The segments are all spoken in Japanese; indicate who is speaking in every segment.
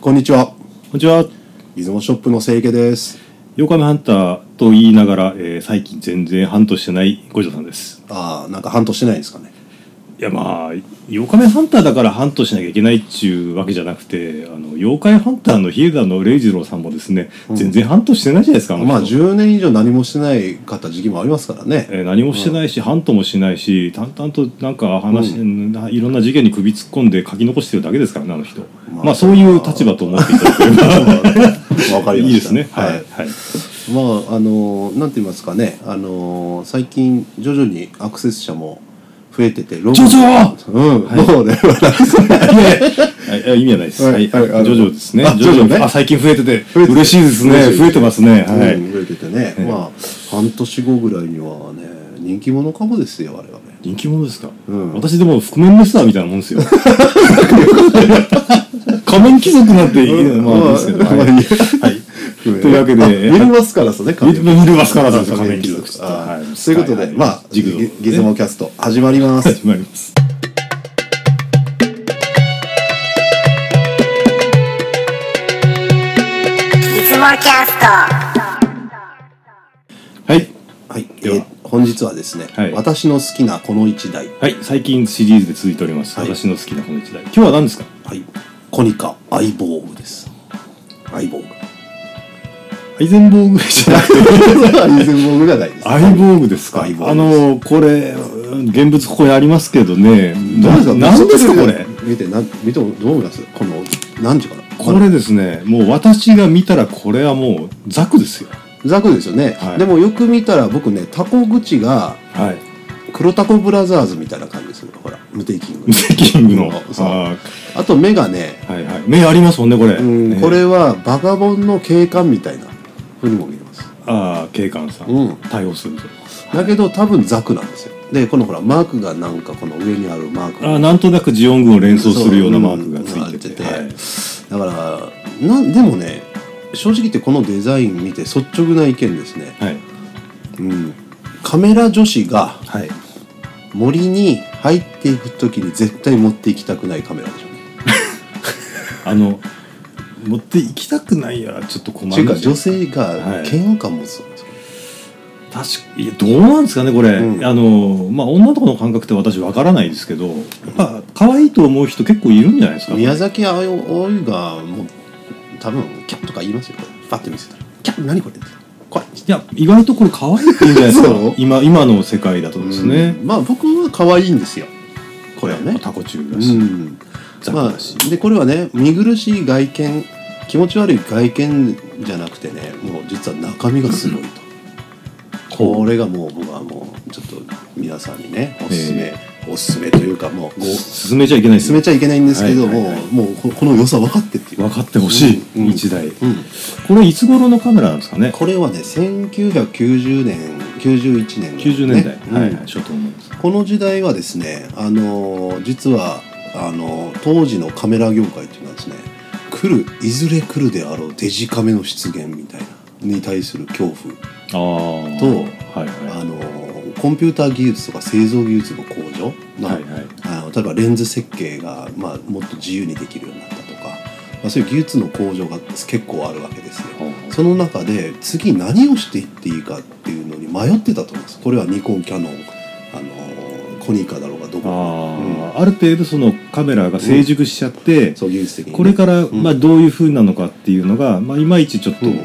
Speaker 1: こんにちは。
Speaker 2: こんにちは。
Speaker 1: 出雲ショップの清家です。
Speaker 2: ヨカメハンターと言いながら、えー最近全然ハントしてない五条さんです。
Speaker 1: ああ、なんか半年ないですかね。
Speaker 2: いやまあ、ヨカメハンターだからハントしなきゃいけないっちゅうわけじゃなくて、あの、妖怪ハンターのヒエダのレイジローさんもですね、全然ハントしてないじゃないですか、の人
Speaker 1: まあ10年以上何もしてない方時期もありますからね。
Speaker 2: えー何もしてないし、ハントもしないし、淡々となんか話、ないろんな事件に首突っ込んで書き残してるだけですからね、あの人。まあ、そういう立場と思っていた だければ
Speaker 1: わかりました。
Speaker 2: いいですね。はい。
Speaker 1: はい
Speaker 2: はい
Speaker 1: まああのなんて言いますかねあの最近徐々にアクセス者も増えててログ
Speaker 2: ジョジョ
Speaker 1: うん、どうね
Speaker 2: はい、あ意味はないです。
Speaker 1: はい
Speaker 2: はい、
Speaker 1: はいあの
Speaker 2: ジョジョですね。
Speaker 1: あ
Speaker 2: ジョジ
Speaker 1: ジョジョね
Speaker 2: ョ、あ、最近増えてて、
Speaker 1: 増えてて
Speaker 2: 嬉しいです
Speaker 1: 嬉し
Speaker 2: ね。
Speaker 1: い
Speaker 2: 増えてますね。は
Speaker 1: うん
Speaker 2: い。
Speaker 1: 増えててね、
Speaker 2: ええ
Speaker 1: まあ半年後ぐらいにはね人気者かもですよ我々
Speaker 2: 人気者ですか
Speaker 1: うん
Speaker 2: 私でも覆面レスラーみたいなもんですよ。 仮面貴族なんて言うのはまあですけど。
Speaker 1: まあ
Speaker 2: は
Speaker 1: ま
Speaker 2: い。
Speaker 1: あ
Speaker 2: はい
Speaker 1: と
Speaker 2: というわけで
Speaker 1: 見れますからですね
Speaker 2: 見れ見れますからです
Speaker 1: 仮
Speaker 2: 仮
Speaker 1: 面
Speaker 2: 面
Speaker 1: 貴
Speaker 2: 貴
Speaker 1: 族
Speaker 2: 族
Speaker 1: と
Speaker 2: と
Speaker 1: は
Speaker 2: はい
Speaker 1: いそういうことで、
Speaker 2: はい
Speaker 1: まあ
Speaker 2: ジグゾー
Speaker 1: ゲゲズモキャスト始まります
Speaker 2: 始まります。は
Speaker 3: いつもキャスト
Speaker 2: い。
Speaker 1: はい、え
Speaker 2: では
Speaker 1: ー本日はですね、
Speaker 2: はい
Speaker 1: 私の好きなこの一台
Speaker 2: はい。最近シリーズで続いております。
Speaker 1: はい
Speaker 2: 私の好きなこの一台。今日は何ですか
Speaker 1: はいコニカアイボーグですアイボー グ
Speaker 2: アイゼンボーグじゃなくて。
Speaker 1: アイゼンボーグじゃないです
Speaker 2: アイボーグですか。
Speaker 1: ア
Speaker 2: あ
Speaker 1: イボーグで
Speaker 2: の、これ、現物ここにありますけどね。
Speaker 1: どうですか
Speaker 2: 何ですか、これ。
Speaker 1: 見てな見てもどう思いますこの何時かな
Speaker 2: これですね、もう私が見たらこれはもうザクですよ。
Speaker 1: ザクですよね、
Speaker 2: はい
Speaker 1: でもよく見たら僕ねタコ口が
Speaker 2: はい。
Speaker 1: 黒タコブラザーズみたいな感じですよほらムテイキング
Speaker 2: ムテキングの。
Speaker 1: そう
Speaker 2: あ
Speaker 1: あと目がね
Speaker 2: ーはいはい。目ありますもんね、これ。
Speaker 1: うんこれはバカボンの警官みたいなふうにも見えます
Speaker 2: ああ、警官さん。
Speaker 1: うん
Speaker 2: 対応すると。
Speaker 1: だけど多分ザクなんですよでこのほらマークがなんかこの上にあるマーク
Speaker 2: あ
Speaker 1: が
Speaker 2: ーなんとなくジオン軍を連想するようなマークがつ
Speaker 1: そう
Speaker 2: い
Speaker 1: うん
Speaker 2: てて。
Speaker 1: な
Speaker 2: は
Speaker 1: っ
Speaker 2: い
Speaker 1: だからなんでもね正直言ってこのデザイン見て率直な意見ですね、
Speaker 2: はい。
Speaker 1: うん、カメラ女子が
Speaker 2: はい。
Speaker 1: 森に入っていく時に絶対持っていきたくないカメラでしょうね
Speaker 2: あの、持って行きたくないやらちょっと困
Speaker 1: っていう
Speaker 2: る
Speaker 1: んか
Speaker 2: ですよ
Speaker 1: 女性が
Speaker 2: はい
Speaker 1: 嫌悪感持つんですよね
Speaker 2: 確かいやどうなんですかねこれ、
Speaker 1: うん
Speaker 2: あのまあ女の子の感覚って私わからないですけどやっぱ可愛いと思う人結構いるんじゃないですか
Speaker 1: 宮崎あおいがもう多分キャッとか言いますよパッて見せたら「キャッ何これ」って怖い
Speaker 2: いや意外とこれ可愛いって言うんじゃないです
Speaker 1: そう
Speaker 2: か今今の世界だとですね、
Speaker 1: うんまあ僕は可愛いんですよこれはね
Speaker 2: タコチュウ
Speaker 1: う
Speaker 2: だし、
Speaker 1: ん
Speaker 2: ザク
Speaker 1: ま
Speaker 2: だし、
Speaker 1: あでこれはね見苦しい外見気持ち悪い外見じゃなくてねもう実は中身がすごいと、これがもう僕はもうちょっと皆さんにねおすすめ、おすすめというかもうご
Speaker 2: 進めちゃいけないです
Speaker 1: 進めちゃいけないんですけど
Speaker 2: はい
Speaker 1: も、
Speaker 2: はいはい
Speaker 1: もうここの良さ分かってっていう
Speaker 2: 分かってほしい、
Speaker 1: うんうん
Speaker 2: 一台、
Speaker 1: うん
Speaker 2: これいつ頃のカメラなんですかね
Speaker 1: これはね1990年91年、ね、
Speaker 2: 90年代、
Speaker 1: うん
Speaker 2: はいはい初頭のです
Speaker 1: この時代はですねあのー実はあのー当時のカメラ業界っていうのはですね来るいずれ来るであろうデジカメの出現みたいなに対する恐怖
Speaker 2: ああ
Speaker 1: と
Speaker 2: はいは
Speaker 1: あのーコンピューター技術とか製造技術の向上
Speaker 2: い
Speaker 1: の
Speaker 2: はいはい
Speaker 1: あの例えばレンズ設計が、まあ、もっと自由にできるようになったとか、まあ、そういう技術の向上が結構あるわけですよ。その中で次何をしていっていいかっていうのに迷ってたと思いますこれはニコンキャノン、あのーコニカだろうがどこ
Speaker 2: あ
Speaker 1: か、
Speaker 2: あ、ある程度そのカメラが成熟しちゃって、
Speaker 1: うん、そう技術的にね、
Speaker 2: これから、
Speaker 1: ん
Speaker 2: まあ、どういうふうなのかっていうのが、まあ、いまいちちょっと、
Speaker 1: うん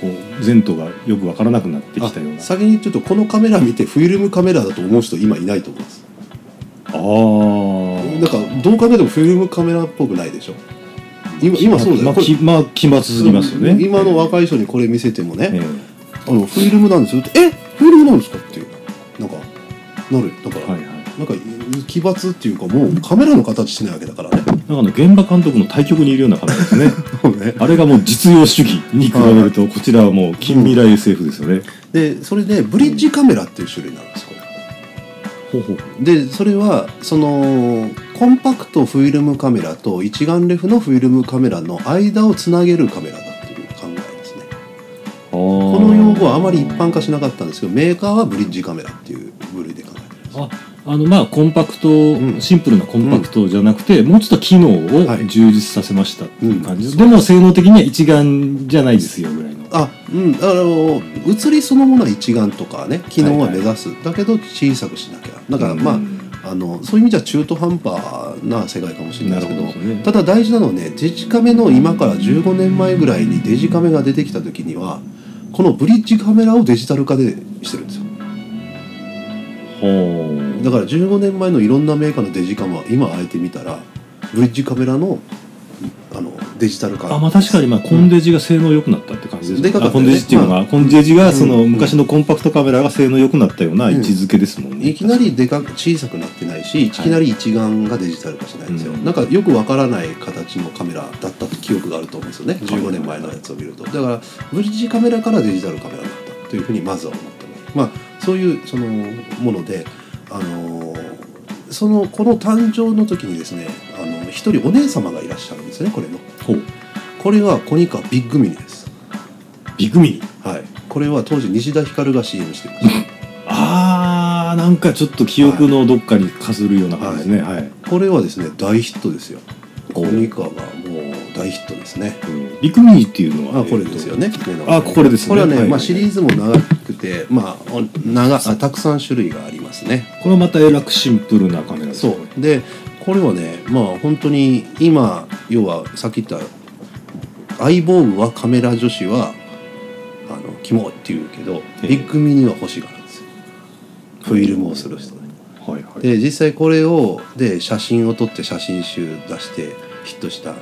Speaker 2: こう前途がよくわからなくなってきたよう
Speaker 1: あ
Speaker 2: な
Speaker 1: 先にちょっとこのカメラ見てフィルムカメラだと思う人今いないと思います
Speaker 2: ああ
Speaker 1: なんかどう考えてもフィルムカメラっぽくないでしょ今今そうだよ
Speaker 2: まあ、
Speaker 1: これ
Speaker 2: きまあ奇抜すぎますよね、
Speaker 1: 今の若い人にこれ見せてもね、
Speaker 2: ええ
Speaker 1: あのフィルムなんですよってえフィルムなんですかっていうなんかなるだから、
Speaker 2: はいはい
Speaker 1: なんか奇抜っていうかもうカメラの形してないわけだからね
Speaker 2: なんかあの現場監督の対局にいるような感じです ね
Speaker 1: そうね
Speaker 2: あれがもう実用主義に比べるとこちらはもう近未来 SF ですよね、
Speaker 1: でそれでブリッジカメラっていう種類なんですこれ
Speaker 2: ほうほう
Speaker 1: でそれはそのコンパクトフィルムカメラと一眼レフのフィルムカメラの間をつなげるカメラだっていう考えですねこ
Speaker 2: こ
Speaker 1: の用語はあまり一般化しなかったんですけどメーカーはブリッジカメラっていう部類で考えてるんです
Speaker 2: ああのまあコンパクト、
Speaker 1: ん
Speaker 2: シンプルなコンパクトじゃなくて、もうちょっと機能
Speaker 1: は
Speaker 2: を
Speaker 1: い
Speaker 2: 充実させましたっていう感じ、
Speaker 1: うん
Speaker 2: でも性能的には一眼じゃないですよぐらいの
Speaker 1: あうんあの写りそのものは一眼とかね機能は目指す、だけど小さくしなきゃだからまあ、
Speaker 2: うん
Speaker 1: あのそういう意味じゃ中途半端な世界かもしれないですけど
Speaker 2: なるほどね
Speaker 1: ただ大事なのはねデジカメの今から15年前ぐらいにデジカメが出てきた時にはこのブリッジカメラをデジタル化でしてるんですよ
Speaker 2: ほ
Speaker 1: だから15年前のいろんなメーカーのデジカメは今あえて見たらブリッジカメラのあのデジタル化
Speaker 2: あまあ確かにまあコンデジが性能良くなったって感じです
Speaker 1: でかか
Speaker 2: あ
Speaker 1: った
Speaker 2: コ
Speaker 1: ね
Speaker 2: ンデジっていうのは、コンデジがその
Speaker 1: うん
Speaker 2: 昔のコンパクトカメラが性能良くなったような位置づけですもんね、
Speaker 1: いきなりでかく小さくなってないしいきなり一眼がデジタル化しないんですよ、
Speaker 2: うん
Speaker 1: なんかよくわからない形のカメラだった記憶があると思うんですよね15年前のやつを見るとだからブリッジカメラからデジタルカメラになったというふうにまずは思ってますまあそういうそのものであのーそのこの誕生の時にですねあの一人お姉様がいらっしゃるんですねこれの
Speaker 2: ほう
Speaker 1: これはコニカビッグミニです
Speaker 2: ビッグミニ
Speaker 1: はいこれは当時西田ひかるが CM してました
Speaker 2: あーなんかちょっと記憶のどっかにかするような感じですねはい、
Speaker 1: これはですね大ヒットですよ
Speaker 2: お
Speaker 1: コニカがもう大ヒットですね
Speaker 2: うんビッグミニっていうのは
Speaker 1: あこれですよね
Speaker 2: あこれですね
Speaker 1: これはね、
Speaker 2: はい
Speaker 1: まあ、シリーズも長くてまあお長あたくさん種類がありますね
Speaker 2: これはまたえらくシンプルなカメラですね
Speaker 1: そうでこれはねまあ本当に今要はさっき言った相棒部はカメラ女子はあのキモいって言うけど
Speaker 2: ええ
Speaker 1: ビッグミニは欲しがるんですよフィルムをする人ね
Speaker 2: はいはい
Speaker 1: で実際これをで写真を撮って写真集出してヒットした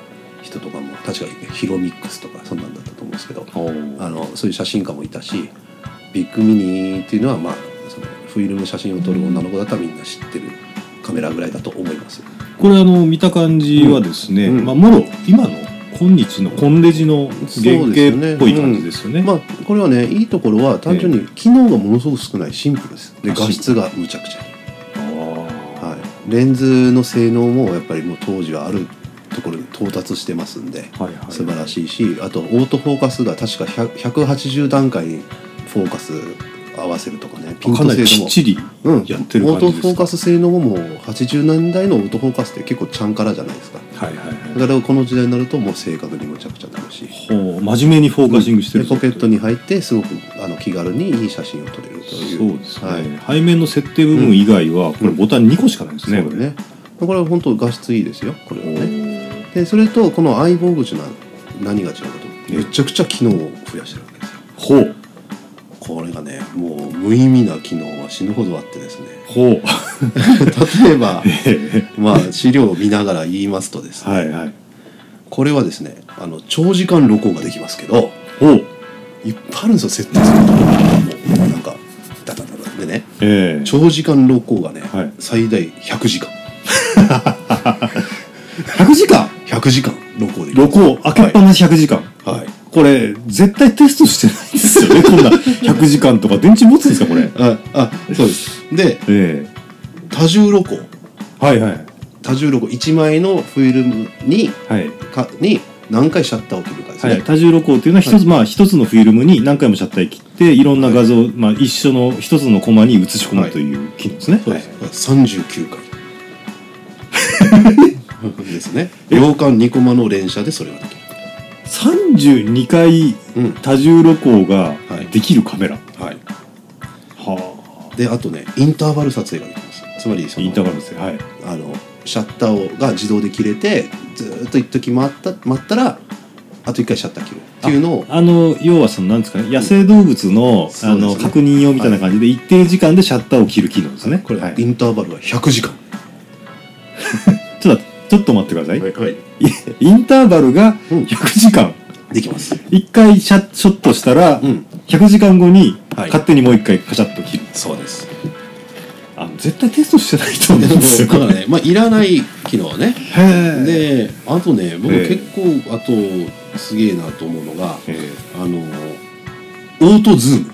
Speaker 1: 人とかも確かヒロミックスとかそんなんだったと思うんですけど
Speaker 2: ほう
Speaker 1: あのそういう写真家もいたしビッグミニっていうのは、まあ、そのフィルム写真を撮る女の子だったらみんな知ってるカメラぐらいだと思います。
Speaker 2: これあの見た感じはですね、
Speaker 1: うん
Speaker 2: まあ、もろ今の今日のコンデジの原型っぽい感じですよね
Speaker 1: まあこれはねいいところは単純に機能がものすごく少ないシンプルです。で
Speaker 2: あシンプル
Speaker 1: 画質がむちゃくちゃいい。
Speaker 2: あー
Speaker 1: はい、レンズの性能もやっぱりもう当時はあるところに到達してますんで
Speaker 2: はいはい
Speaker 1: 素晴らしいしあとオートフォーカスが確か100 180段階にフォーカス合わせるとかねピン
Speaker 2: か
Speaker 1: ト
Speaker 2: な
Speaker 1: 性
Speaker 2: りき
Speaker 1: 能
Speaker 2: っ
Speaker 1: も。
Speaker 2: ちり
Speaker 1: うん、オ
Speaker 2: やってる感
Speaker 1: ート
Speaker 2: じです
Speaker 1: フォーカス性能ももう80年代のオートフォーカスって結構ちゃんからじゃないですか
Speaker 2: はいはいはい
Speaker 1: だからこの時代になるともう正確にむちゃくちゃなるし
Speaker 2: ほう真面目にフォーカシングしてる
Speaker 1: でポケット
Speaker 2: に
Speaker 1: に入ってすごくあの気軽にいい写真を撮れるという
Speaker 2: そうですね、
Speaker 1: はい、
Speaker 2: 背面の設定部分以外はこれボタン2個しかないですね、
Speaker 1: そうだねこれは本当画質いいですよこれは
Speaker 2: これ
Speaker 1: ねでそれとこの相棒口の何が違うかと
Speaker 2: ええ
Speaker 1: めちゃくちゃ機能を増やしてるわけですよ
Speaker 2: ほう
Speaker 1: これがねもう無意味な機能は死ぬほどあってです ね
Speaker 2: ほう
Speaker 1: 例えばまあ資料を見ながら言いますとですね、
Speaker 2: はいはい
Speaker 1: これはですねあの長時間録音ができますけど
Speaker 2: ほう
Speaker 1: いっぱいあるんですよ設定するともうなんかダダダダでね
Speaker 2: ええ
Speaker 1: 長時間録音がね、
Speaker 2: はい
Speaker 1: 最大100時間
Speaker 2: 100時間
Speaker 1: 100時間録音できます
Speaker 2: 録音開けっぱなし100時間、
Speaker 1: はい
Speaker 2: これ絶対テストしてないですよねこんな100時間とか電池持つんですかこれ
Speaker 1: ああそうですで
Speaker 2: ええ
Speaker 1: 多重録音
Speaker 2: はいはい
Speaker 1: 多重録音1枚のフィルムに
Speaker 2: はい
Speaker 1: かに何回シャッターを切るかです
Speaker 2: は
Speaker 1: ね、
Speaker 2: い、多重録音っていうのは一つ、まあ一つのフィルムに何回もシャッター切っていろんな画像、まあ一緒の一つのコマに映し込むという機能ですね。
Speaker 1: そうです、39回 ですね
Speaker 2: え
Speaker 1: 洋館2コマの連写でそれができる
Speaker 2: 三十二回
Speaker 1: うん
Speaker 2: 多重録音が
Speaker 1: はい
Speaker 2: できるカメラ。
Speaker 1: はい
Speaker 2: は
Speaker 1: であとねインターバル撮影ができますつまり
Speaker 2: あ。
Speaker 1: その
Speaker 2: インターバルですね。はい。
Speaker 1: あのシャッターをが自動で切れてずーっと一時回った待ったらあと1回シャッター切るっていうのを
Speaker 2: あの要はそのなんですかね、野生動物の、
Speaker 1: うん
Speaker 2: あの、
Speaker 1: そうですね
Speaker 2: 確認用みたいな感じで一定時間でシャッターを切る機能ですね。
Speaker 1: これ、
Speaker 2: はい。
Speaker 1: イ
Speaker 2: ちょ
Speaker 1: ンターバルは100時間
Speaker 2: っと待ってちょっと待ってください。
Speaker 1: はい
Speaker 2: インターバルが
Speaker 1: うん
Speaker 2: 百時間。
Speaker 1: できます
Speaker 2: 一回シャッショットしたら
Speaker 1: うん
Speaker 2: 100時間後に
Speaker 1: はい
Speaker 2: 勝手にもう一回カチャッと切る。
Speaker 1: そうです
Speaker 2: あ絶対テストしてないと
Speaker 1: で
Speaker 2: 思うん
Speaker 1: も
Speaker 2: ですよ。
Speaker 1: だからねまあいらない機能はね
Speaker 2: へえ。
Speaker 1: であとね僕
Speaker 2: ええ
Speaker 1: 結構、あとすげえなと思うのが
Speaker 2: えー
Speaker 1: あのオートズーム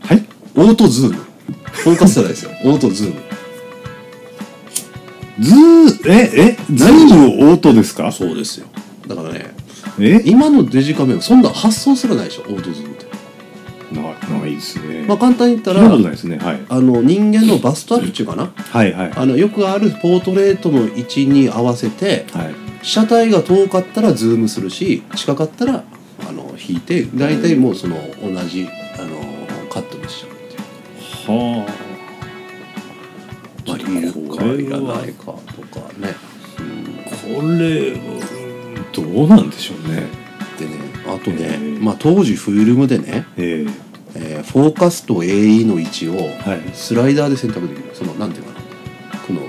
Speaker 2: はい。
Speaker 1: オートズームフォーカスじゃない ですよオートズーム
Speaker 2: ズー、え、え、ズームをオートですか
Speaker 1: そうですよだからね
Speaker 2: え
Speaker 1: 今のデジカメはそんな発想すらないでしょオートズームって
Speaker 2: なああいいですね。
Speaker 1: まあ、簡単に言った
Speaker 2: 聞いたことない
Speaker 1: ら
Speaker 2: ですね。はい。
Speaker 1: あの人間のバストアップっていうかな
Speaker 2: はいはい。
Speaker 1: あのよくあるポートレートの位置に合わせて
Speaker 2: はい。
Speaker 1: 車体が遠かったらズームするし近かったらあの引いて大体もうその同じあのカットにしちゃうっていう
Speaker 2: は
Speaker 1: まあいるかいらないかとかね。うん
Speaker 2: あ。これはうんどうなんでしょうね。
Speaker 1: でねあとね、
Speaker 2: うん
Speaker 1: まあ、当時フィルムでね、
Speaker 2: え
Speaker 1: え
Speaker 2: え
Speaker 1: ーフォーカスと AE の位置を
Speaker 2: はい。
Speaker 1: スライダーで選択できるそのなんていうかなこの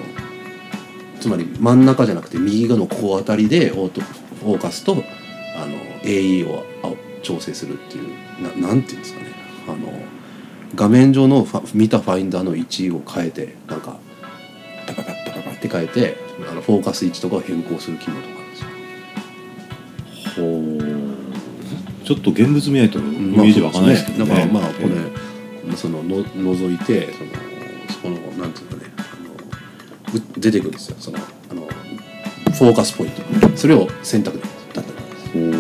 Speaker 1: つまり真ん中じゃなくて右側のここあたりでオートフォーカスとあの AE をあ調整するっていうななんていうんですかねあの画面上のファ見たファインダーの位置を変えてなんかタカタカタカタって変えてあのフォーカス位置とかを変更する機能とかあるんですよ。
Speaker 2: ほう。ちょっと現物見ないとイ
Speaker 1: まあ
Speaker 2: メージわかんないですけどね。
Speaker 1: だからまあこれ、
Speaker 2: え
Speaker 1: そのの覗いてそのそこのなんていうかねあのう出てくるんですよそのあのフォーカスポイントそれを選択できますだったら
Speaker 2: えほう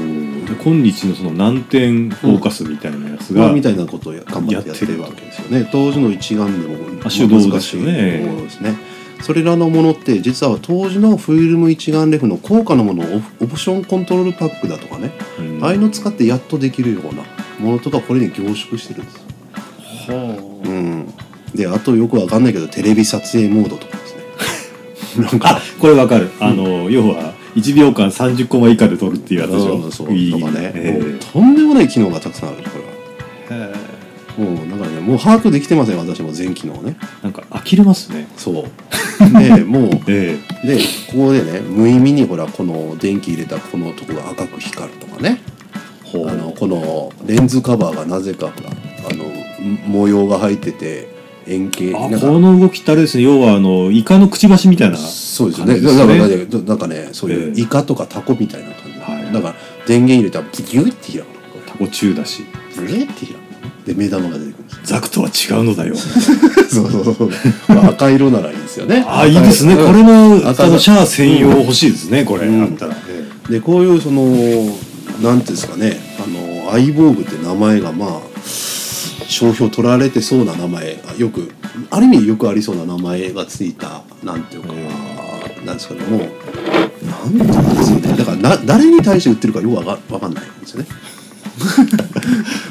Speaker 2: で今日のその難点フォーカスみたいなやつ
Speaker 1: まあ
Speaker 2: が、
Speaker 1: みたいなことをや頑張ってやってるわけですよね当時の一眼でもまあ
Speaker 2: 手動ですよ
Speaker 1: 難
Speaker 2: ね
Speaker 1: しいものですねそれらのものって実は当時のフィルム一眼レフの高価なものをオプオプションコントロールパックだとかね、
Speaker 2: うん
Speaker 1: ああいうの使ってやっとできるようなものとかこれに凝縮してるんですよ
Speaker 2: は
Speaker 1: うん、であとよくわかんないけどテレビ撮影モードとかですね なん
Speaker 2: あ
Speaker 1: か
Speaker 2: あこれわかる、あの要は1秒間30コマ以下で撮るっていうやつでしょ
Speaker 1: そう
Speaker 2: いい
Speaker 1: とかね、
Speaker 2: え
Speaker 1: もうとんでもない機能がたくさんあるこれ
Speaker 2: えへ
Speaker 1: はもうだからねもう把握できてません私も全機能ね
Speaker 2: えなんか呆れますね
Speaker 1: そう でもう
Speaker 2: え
Speaker 1: でここでね無意味にほらこの電気入れたこのとこが赤く光るとかね
Speaker 2: えほ
Speaker 1: あのこのレンズカバーがなぜかほらあの模様が入ってて円形
Speaker 2: あ
Speaker 1: なんか
Speaker 2: この動きってあれですね要はあのイカのくちばしみたいな
Speaker 1: そうですよね
Speaker 2: 感じですね
Speaker 1: だからだからなんかねそういう
Speaker 2: ええ
Speaker 1: イカとかタコみたいな感じ、
Speaker 2: はい
Speaker 1: だから電源入れたらギュッて開くの
Speaker 2: タコ中だし
Speaker 1: ブレッて開くので目玉が出てくるんですよ
Speaker 2: ザクとは違うの だよ
Speaker 1: そうそうそう、まあ、赤色ならいいですよね
Speaker 2: あいいですねこれ
Speaker 1: も
Speaker 2: の
Speaker 1: あ
Speaker 2: あのシャア専用欲しいですねこれ、
Speaker 1: うん
Speaker 2: あったら、え
Speaker 1: でこういうそのなんていうんですかねあのアイボーグって名前がまあ商標取られてそうな名前あよくある意味よくありそうな名前がついたなんていうか、
Speaker 2: え
Speaker 1: なんですかねもうなんていうんですかねだからな誰に対して売ってるかよくわかわかんないんですよね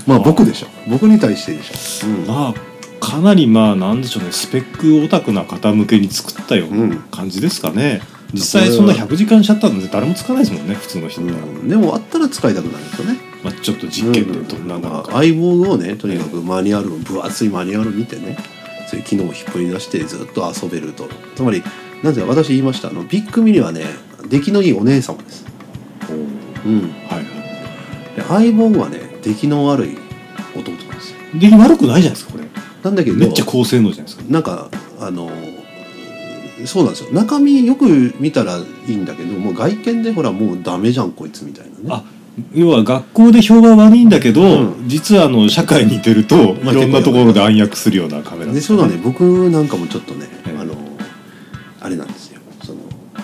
Speaker 1: まあ僕でしょ僕に対してでしょ、
Speaker 2: えまあかなりまあなんでしょうねスペックオタクな方向けに作ったよう
Speaker 1: うん
Speaker 2: な感じですかね、実際そんな100時間シャッターなんて誰もつかないですもんね普通の人だったら、
Speaker 1: うんでもあったら使いたくなるんですよね
Speaker 2: まあ、ちょっと実験でどんなものか、
Speaker 1: アイボーグをねとにかくマニュアルを分厚いマニュアルを見てねそういう機能を引っ張り出してずっと遊べるとつまりなんていうか私言いましたあのビッグミニはね出来のいいお姉様です、うん、
Speaker 2: はい
Speaker 1: でアイボーグはね出来の悪い弟なんですよ
Speaker 2: で悪くないじゃないですかこれ
Speaker 1: なんだけど
Speaker 2: めっちゃ高性能じゃないですか
Speaker 1: なんかあのそうなんですよ中身よく見たらいいんだけどもう外見でほらもうダメじゃんこいつみたいなね
Speaker 2: あ要は学校で評判悪いんだけど、
Speaker 1: う
Speaker 2: 実はあの社会に出るとい
Speaker 1: まあ
Speaker 2: ろんなところで暗躍するようなカメラ
Speaker 1: で
Speaker 2: です
Speaker 1: そうだね僕なんかもちょっとね、
Speaker 2: ええ
Speaker 1: あのあれなんですよその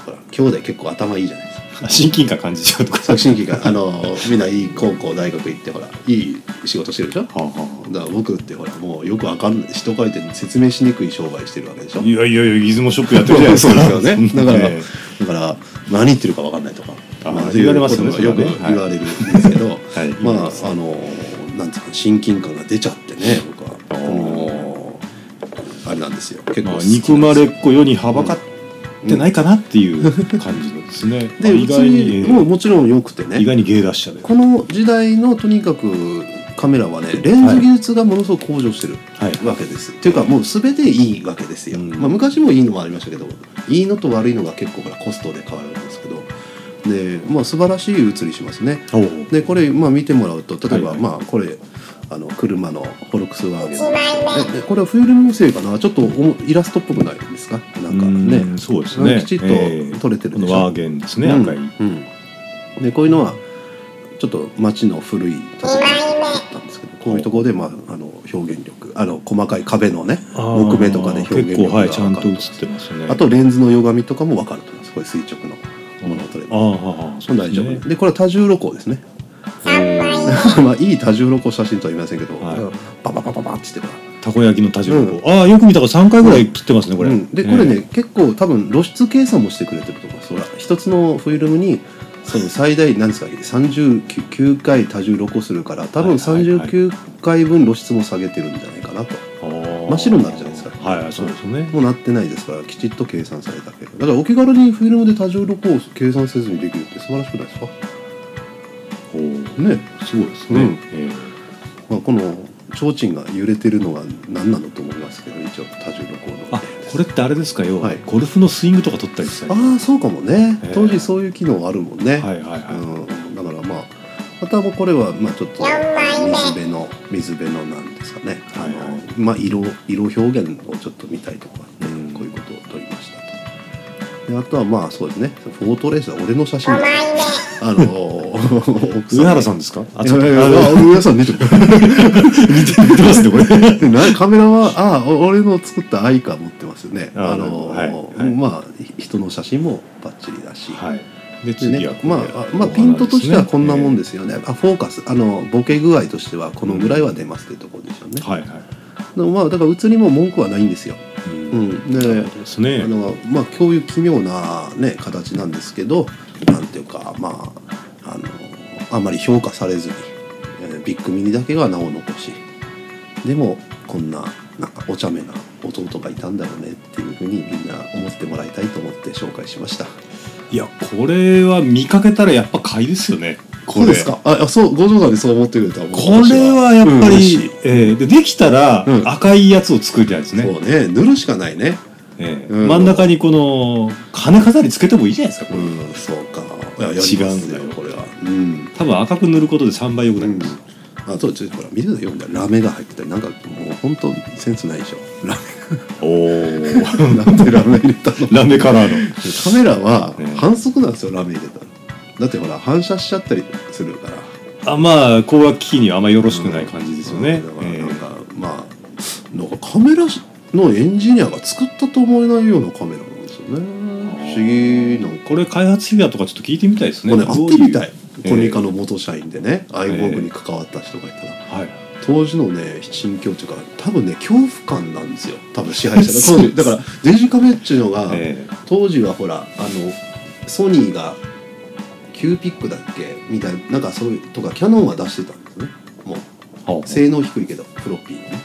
Speaker 1: ほら兄弟結構頭いいじゃないですか
Speaker 2: 親近感感じちゃうとか
Speaker 1: 作新機があのみんないい高校大学行ってほらいい仕事してるでしょだか
Speaker 2: はあは
Speaker 1: ら僕ってほらもうよくわかんない人書いて説明しにくい商売してるわけでし
Speaker 2: あ
Speaker 1: ょ
Speaker 2: いやいやいや出雲ショップやってるじゃないですか
Speaker 1: そうですよね
Speaker 2: そんな
Speaker 1: だからだから何言ってるかわかんないとか
Speaker 2: あ言われますよね
Speaker 1: そういうことがよ
Speaker 2: そ
Speaker 1: く
Speaker 2: れはねは
Speaker 1: 言
Speaker 2: い
Speaker 1: われるんですけど、
Speaker 2: はい
Speaker 1: ま
Speaker 2: 言い
Speaker 1: あ
Speaker 2: ます
Speaker 1: あのなんですか親近感が出ちゃってね僕は
Speaker 2: あ
Speaker 1: こ
Speaker 2: ー
Speaker 1: のあれなんですよ結構
Speaker 2: まあ
Speaker 1: 好きなんですよ
Speaker 2: 憎まれっ子世にはばかってないかなっていう感じのですね、まあ
Speaker 1: で
Speaker 2: 意
Speaker 1: 意
Speaker 2: 外
Speaker 1: 外
Speaker 2: に、え
Speaker 1: にもうもちろん良くて
Speaker 2: ー意
Speaker 1: ね
Speaker 2: 外に芸達者で
Speaker 1: この時代のとにかくカメラはねレンズ技術がものすごく向上してる
Speaker 2: はい
Speaker 1: わけです、っていうかもう全ていいわけですよ、
Speaker 2: うん
Speaker 1: まあ、昔もいいのもありましたけどいいのと悪いのが結構ほらコストで変わるんですけどで、まあ、素晴らしい写りしますね
Speaker 2: おう
Speaker 1: でこれ、まあ、見てもらうと例えば、
Speaker 2: はいはい
Speaker 1: まあこれあの車のフォルクスワーゲン
Speaker 3: 一枚
Speaker 1: えこれはフィルム製かなちょっとおイラストっぽくないですかなんかね
Speaker 2: うんそうですね
Speaker 1: きちっと撮れてる
Speaker 2: こ
Speaker 1: でし
Speaker 2: の
Speaker 1: ょ
Speaker 2: ワーゲンですね、
Speaker 1: うん
Speaker 2: 赤い
Speaker 1: うん、でこういうのはちょっと町の古い建物だったんですけどこういうところで、まあ、あの表現力あの細かい壁のね木目とかで表現
Speaker 2: 結構
Speaker 1: 力が
Speaker 2: はい
Speaker 1: 分
Speaker 2: ち
Speaker 1: か
Speaker 2: ゃん
Speaker 1: る
Speaker 2: と映ってますね
Speaker 1: あとレンズの歪みとかも分かると思いますこれ垂直のものを撮れ
Speaker 2: あ
Speaker 1: ば、
Speaker 2: あああああそう
Speaker 1: 大丈
Speaker 2: ですね
Speaker 1: 夫でこれは多重露光ですね
Speaker 2: おー
Speaker 1: まあいい多重のこ写真とは言いませんけど、
Speaker 2: はい
Speaker 1: うんバババババってしてから
Speaker 2: たこ焼きの多重の子、
Speaker 1: う
Speaker 2: ああよく見たから3回ぐらい切ってますねこれ、
Speaker 1: うん、でこれね、結構多分露出計算もしてくれてると思いますほら一つのフィルムにその最大何ですか39回多重露光するから多分
Speaker 2: はいはいはい
Speaker 1: 39回分露出も下げてるんじゃないかなと
Speaker 2: えー
Speaker 1: 真っ白になるじゃないですか
Speaker 2: はいはいそうですね、
Speaker 1: もうなってないですからきちっと計算されたけどだからお気軽にフィルムで多重露光を計算せずにできるって素晴らしくないですか
Speaker 2: おーね
Speaker 1: ねすごいですうん
Speaker 2: え
Speaker 1: まあ、この提灯が揺れてるのは何なのと思いますけど一応多重露光の
Speaker 2: ーあこれってあれですか要は
Speaker 1: はい
Speaker 2: ゴルフのスイングとか取ったりしたり
Speaker 1: ああそうかもね
Speaker 2: えー
Speaker 1: 当時そういう機能あるもんね、
Speaker 2: はいはいは
Speaker 1: うん、だからまあまたもうこれはまあちょっと
Speaker 3: 四枚目
Speaker 1: 水辺の水辺のなんですかね、
Speaker 2: はいはい
Speaker 1: あのまあ色色表現をちょっと見たいとかね、
Speaker 2: うん
Speaker 1: こういうことを撮りましたとであとはまあそうですねフォートレースは俺の写真だあの
Speaker 2: い上原さんですかあ
Speaker 1: い
Speaker 2: ちょ
Speaker 1: や
Speaker 2: っ
Speaker 1: い
Speaker 2: と
Speaker 1: やいやあ上原さん出てる
Speaker 2: 似てますねこれ
Speaker 1: でなカメラはああ俺の作ったアイカ持ってますよね
Speaker 2: あ
Speaker 1: あ
Speaker 2: ー
Speaker 1: の、
Speaker 2: はいはい
Speaker 1: まあひ人の写真もバッチリだし、
Speaker 2: はいで
Speaker 1: で
Speaker 2: 次
Speaker 1: ね
Speaker 2: はこ、れ
Speaker 1: まあ、あまあピントとしてはこんなもんですよね、あフォーカスあのボケ具合としてはこのぐらいは出ますっていうところでしょうね、
Speaker 2: はいはい
Speaker 1: でもまあだから写りも文句はないんですよ、うん、で
Speaker 2: ですね
Speaker 1: あのまあこういう奇妙な、ね、形なんですけどなんていうかまああのあまり評価されずに、えービッグミニだけが名を残しでもこんななんかお茶目な弟がいたんだよねっていうふうにみんな思ってもらいたいと思って紹介しました。
Speaker 2: いやこれは見かけたらやっぱ買いですよねこ
Speaker 1: そう
Speaker 2: れ
Speaker 1: ですか。あ、あそう、五条さんでそう思ってくれた。こ
Speaker 2: これはやっぱり、えーでできたら
Speaker 1: うん
Speaker 2: 赤いやつを作りたいですね、
Speaker 1: そうね、塗るしかないね。
Speaker 2: えー
Speaker 1: うん
Speaker 2: 真ん中にこの金飾りつけてもいいじゃないですかこ
Speaker 1: う
Speaker 2: れ、
Speaker 1: ん、そうか。いや、やります
Speaker 2: 違うんだ
Speaker 1: よ
Speaker 2: よ、
Speaker 1: これは。うん。
Speaker 2: 多分赤く塗ることで3倍良くな
Speaker 1: う
Speaker 2: る、
Speaker 1: ん。あと、ちょっとほら、見てくださいよ、みたいな。ラメが入ってたり、なんか、もう本当センスないでしょ。ラ
Speaker 2: おお
Speaker 1: メ、なんでラメ入れたの
Speaker 2: ラメカラーの
Speaker 1: カメラは
Speaker 2: ね
Speaker 1: 反則なんですよ、ラメ入れたら。だってほら、反射しちゃったりするから。
Speaker 2: あまあ光学機器にはあんまよろしくない感じですよね、
Speaker 1: うんだからなんか、まあなんかカメラのエンジニアが作ったと思えないようなカメラなんですよね不思議なん
Speaker 2: え
Speaker 1: か
Speaker 2: ーこれ開発費だとかちょっと聞いてみたいですね
Speaker 1: これ会ってみたい
Speaker 2: えー
Speaker 1: コニカの元社員でね、アイボーグに関わった人がいたら
Speaker 2: はい
Speaker 1: 当時のね心境というか多分ね恐怖感なんですよ多分支配者が
Speaker 2: そう
Speaker 1: 当時だからデジカメっていうのが、
Speaker 2: えー
Speaker 1: 当時はほらあのソニーがキューピックだっけみたいななんかそういうとかキャノンは出してたんですねも
Speaker 2: は
Speaker 1: う性能低いけどフロッピーね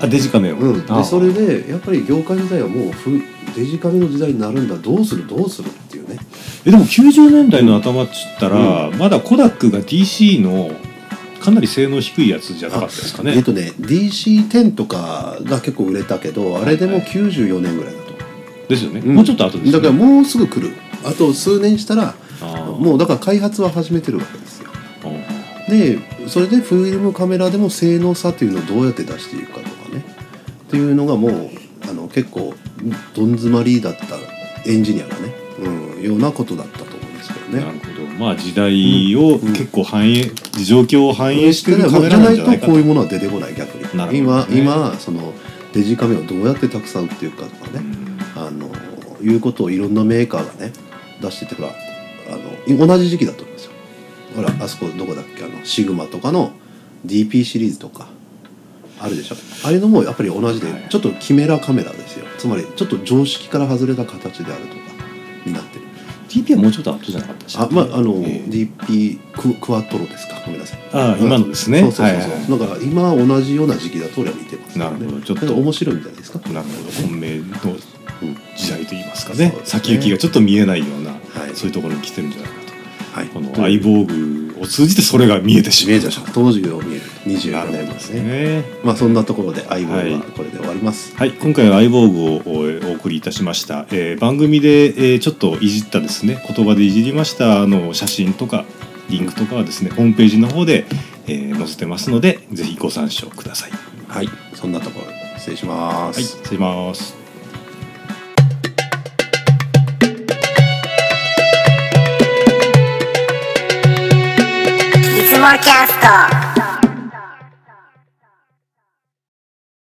Speaker 2: ああデジカメを、
Speaker 1: うん、
Speaker 2: あー
Speaker 1: でそれでやっぱり業界自体はもうふデジカメの時代になるんだどうするどうするっていうね
Speaker 2: えでも90年代の頭っつったら、まだコダックが DC のかなり性能低いやつじゃなかったですか
Speaker 1: えっ
Speaker 2: ね
Speaker 1: とね DC10 とかが結構売れたけどあれでも94年ぐらいだと、
Speaker 2: ですよね、
Speaker 1: うん
Speaker 2: もうちょっと後です
Speaker 1: だ
Speaker 2: よ
Speaker 1: から
Speaker 2: ね
Speaker 1: もうすぐ来るあと数年したら
Speaker 2: あー
Speaker 1: もうだから開発は始めてるわけですよ
Speaker 2: あ
Speaker 1: でそれでフィルムカメラでも性能差っていうのをどうやって出していくかとかねっていうのがもうあの結構どん詰まりだったエンジニアがね、うん、ようなことだったと思うんですけどね
Speaker 2: なるほどまあ時代
Speaker 1: う
Speaker 2: を
Speaker 1: ん
Speaker 2: 結構反映、状況を反映して
Speaker 1: で
Speaker 2: るカメ
Speaker 1: じ
Speaker 2: ラ
Speaker 1: ゃ
Speaker 2: な
Speaker 1: なんい
Speaker 2: じゃない
Speaker 1: と
Speaker 2: か
Speaker 1: ことういうものは出てこない逆に
Speaker 2: なるほど
Speaker 1: 今
Speaker 2: ね
Speaker 1: 今そのデジカメをどうやってたくさん売っていくかとかね、あのいうことをいろんなメーカーがね出しててほらあの同じ時期だと思うんですよほらあそこどこだっけあのシグマとかの DP シリーズとかあるでしょあれのもやっぱり同じで
Speaker 2: はい
Speaker 1: ちょっとキメラカメラですよつまりちょっと常識から外れた形であるとかになってる
Speaker 2: TP はもうちょっと後じゃなかったでした
Speaker 1: あ
Speaker 2: っけ
Speaker 1: まああの、
Speaker 2: ええ
Speaker 1: DP ククワトロですかごめんなさい
Speaker 2: あ今のですね
Speaker 1: そうそうそうそう、
Speaker 2: はいはい
Speaker 1: だから今は同じような時期だと俺は見てます、
Speaker 2: なるほどちょっ
Speaker 1: だか
Speaker 2: と
Speaker 1: ら面白いんじゃないですか、
Speaker 2: なるほど本命の
Speaker 1: うん
Speaker 2: 時代といいますか
Speaker 1: そう
Speaker 2: ね
Speaker 1: ですね
Speaker 2: 先行きがちょっと見えないような、
Speaker 1: はい
Speaker 2: そういうところに来てるんじゃないか
Speaker 1: はい
Speaker 2: とこの相棒具を通じてそれが見えてし
Speaker 1: 見
Speaker 2: ま
Speaker 1: え
Speaker 2: う
Speaker 1: てました当時を見える25
Speaker 2: なる
Speaker 1: 年
Speaker 2: ほどで
Speaker 1: ですすね
Speaker 2: ね
Speaker 1: まあそんなところで相棒
Speaker 2: はい
Speaker 1: はこれで終わります、
Speaker 2: はい、今回は相棒具をおえーお送りいたしました。えー番組で、えーちょっといじったですね、言葉でいじりましたあの写真とかリンクとかはですね、ホームページの方で、えー載せてますので、ぜひご参照ください。は
Speaker 1: はい、そんなところで失礼します、
Speaker 2: い、失礼します。
Speaker 3: いつもキャスト